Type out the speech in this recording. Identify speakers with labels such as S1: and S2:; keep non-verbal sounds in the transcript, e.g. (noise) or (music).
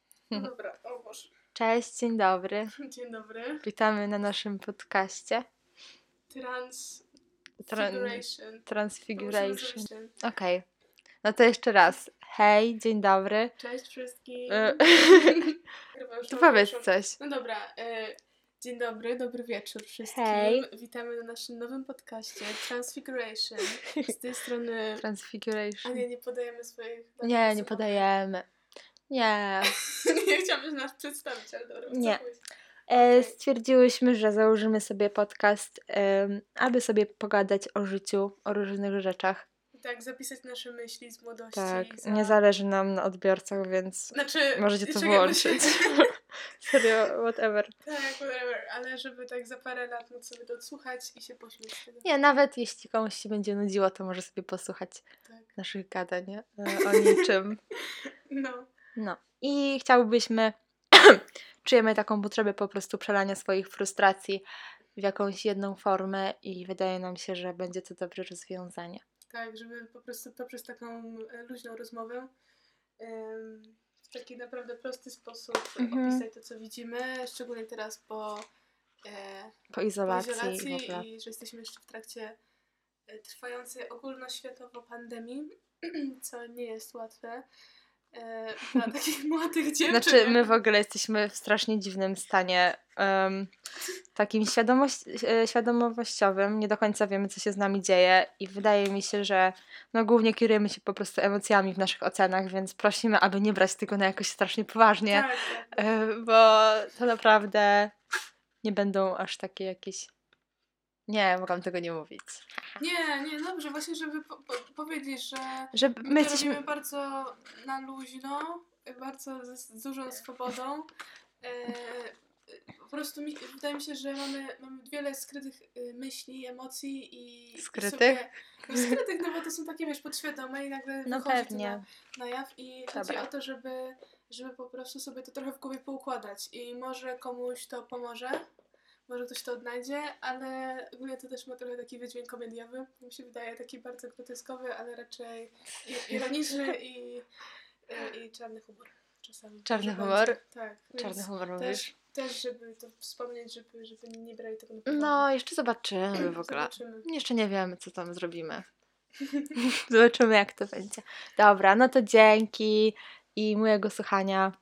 S1: (laughs)
S2: No dobra, o Boże. (laughs)
S1: Cześć, dzień dobry.
S2: Dzień dobry.
S1: Witamy na naszym podcaście Tran-
S2: Transfiguration. To musimy
S1: Transfiguration.
S2: zrobić ten.
S1: Okej. No to jeszcze raz. Hej, dzień dobry.
S2: Cześć wszystkim.
S1: E,
S2: (laughs) Chyba
S1: (laughs)
S2: już
S1: To
S2: mam
S1: powiedz
S2: pierwszą-
S1: coś.
S2: No dobra. e, Dzień dobry, dobry wieczór wszystkim.
S1: Hej.
S2: Witamy na naszym nowym podcaście
S1: (laughs)
S2: Transfiguration. Z tej strony... A
S1: Transfiguration.
S2: nie, nie podajemy swoich...
S1: Nie, nie podajemy. Nie.
S2: (laughs)
S1: E,
S2: nie chciałabym nas przedstawić, ale dobra.
S1: Nie.
S2: wycofuj się.
S1: E, stwierdziłyśmy, że założymy sobie podcast, em, aby sobie pogadać o życiu, o różnych rzeczach.
S2: Tak, zapisać nasze myśli z młodości.
S1: Tak,
S2: za-
S1: nie zależy nam na odbiorcach, więc
S2: Znaczy...
S1: możecie to
S2: czego jakby się-
S1: wyłączyć. Serio, whatever.
S2: Tak, whatever, ale żeby tak za parę lat móc sobie to odsłuchać i się pośmiać z tego.
S1: Nie, nawet jeśli komuś się będzie nudziło, to może sobie posłuchać
S2: Tak.
S1: naszych gadań e, o niczym.
S2: No.
S1: No. I chciałbyśmy, (clears throat) czujemy taką potrzebę po prostu przelania swoich frustracji w jakąś jedną formę i wydaje nam się, że będzie to dobre rozwiązanie.
S2: Tak, żeby po prostu poprzez taką e, luźną rozmowę em, w taki naprawdę prosty sposób
S1: Mhm.
S2: opisać to, co widzimy, szczególnie teraz po, e,
S1: Po
S2: po
S1: izolacji, i w
S2: izolacji
S1: ogóle.
S2: i że jesteśmy jeszcze w trakcie e, trwającej ogólnoświatowo pandemii, (clears throat) co nie jest łatwe e, dla
S1: (laughs)
S2: takich młodych dziewczyn.
S1: Znaczy, my w ogóle jesteśmy w strasznie dziwnym stanie, em, takim świadomość, e, świadomościowym. Nie do końca wiemy, co się z nami dzieje, i wydaje mi się, że no, głównie kierujemy się po prostu emocjami w naszych ocenach, więc prosimy, aby nie brać tego na jakoś strasznie poważnie,
S2: Tak, tak.
S1: e, bo to naprawdę nie będą aż takie jakieś. Nie, mogłam tego nie mówić.
S2: Nie, nie, dobrze, właśnie, żeby po, po, powiedzieć, że
S1: Że
S2: my,
S1: my
S2: to
S1: jesteśmy.
S2: robimy bardzo na luźno, bardzo z, z dużą swobodą. E, po prostu mi, wydaje mi się, że mamy, mamy wiele skrytych e, myśli, emocji i... i
S1: Skrytych?
S2: sobie- no, skrytych, no bo to są takie, wiesz, podświadome i nagle
S1: No
S2: wychodzi to
S1: pewnie.
S2: Na, na jaw i chodzi
S1: Dobra.
S2: o to, żeby, żeby po prostu sobie to trochę w głowie poukładać i może komuś to pomoże. Może ktoś to odnajdzie, ale ogólnie to też ma trochę taki wydźwięk komediowy. Mi się wydaje taki bardzo groteskowy, ale raczej i-
S1: (laughs)
S2: ironiczny i, i, i czarny humor czasami.
S1: Czarny
S2: Może
S1: humor?
S2: będzie. Tak. więc
S1: Czarny humor mówisz.
S2: też, też, żeby to wspomnieć, żeby, żeby nie brali tego na poważnie.
S1: No, jeszcze zobaczymy w ogóle.
S2: Zobaczymy.
S1: Jeszcze nie wiemy, co tam (laughs) zrobimy. Zobaczymy, jak to będzie. Dobra, no to dzięki i miłego słuchania.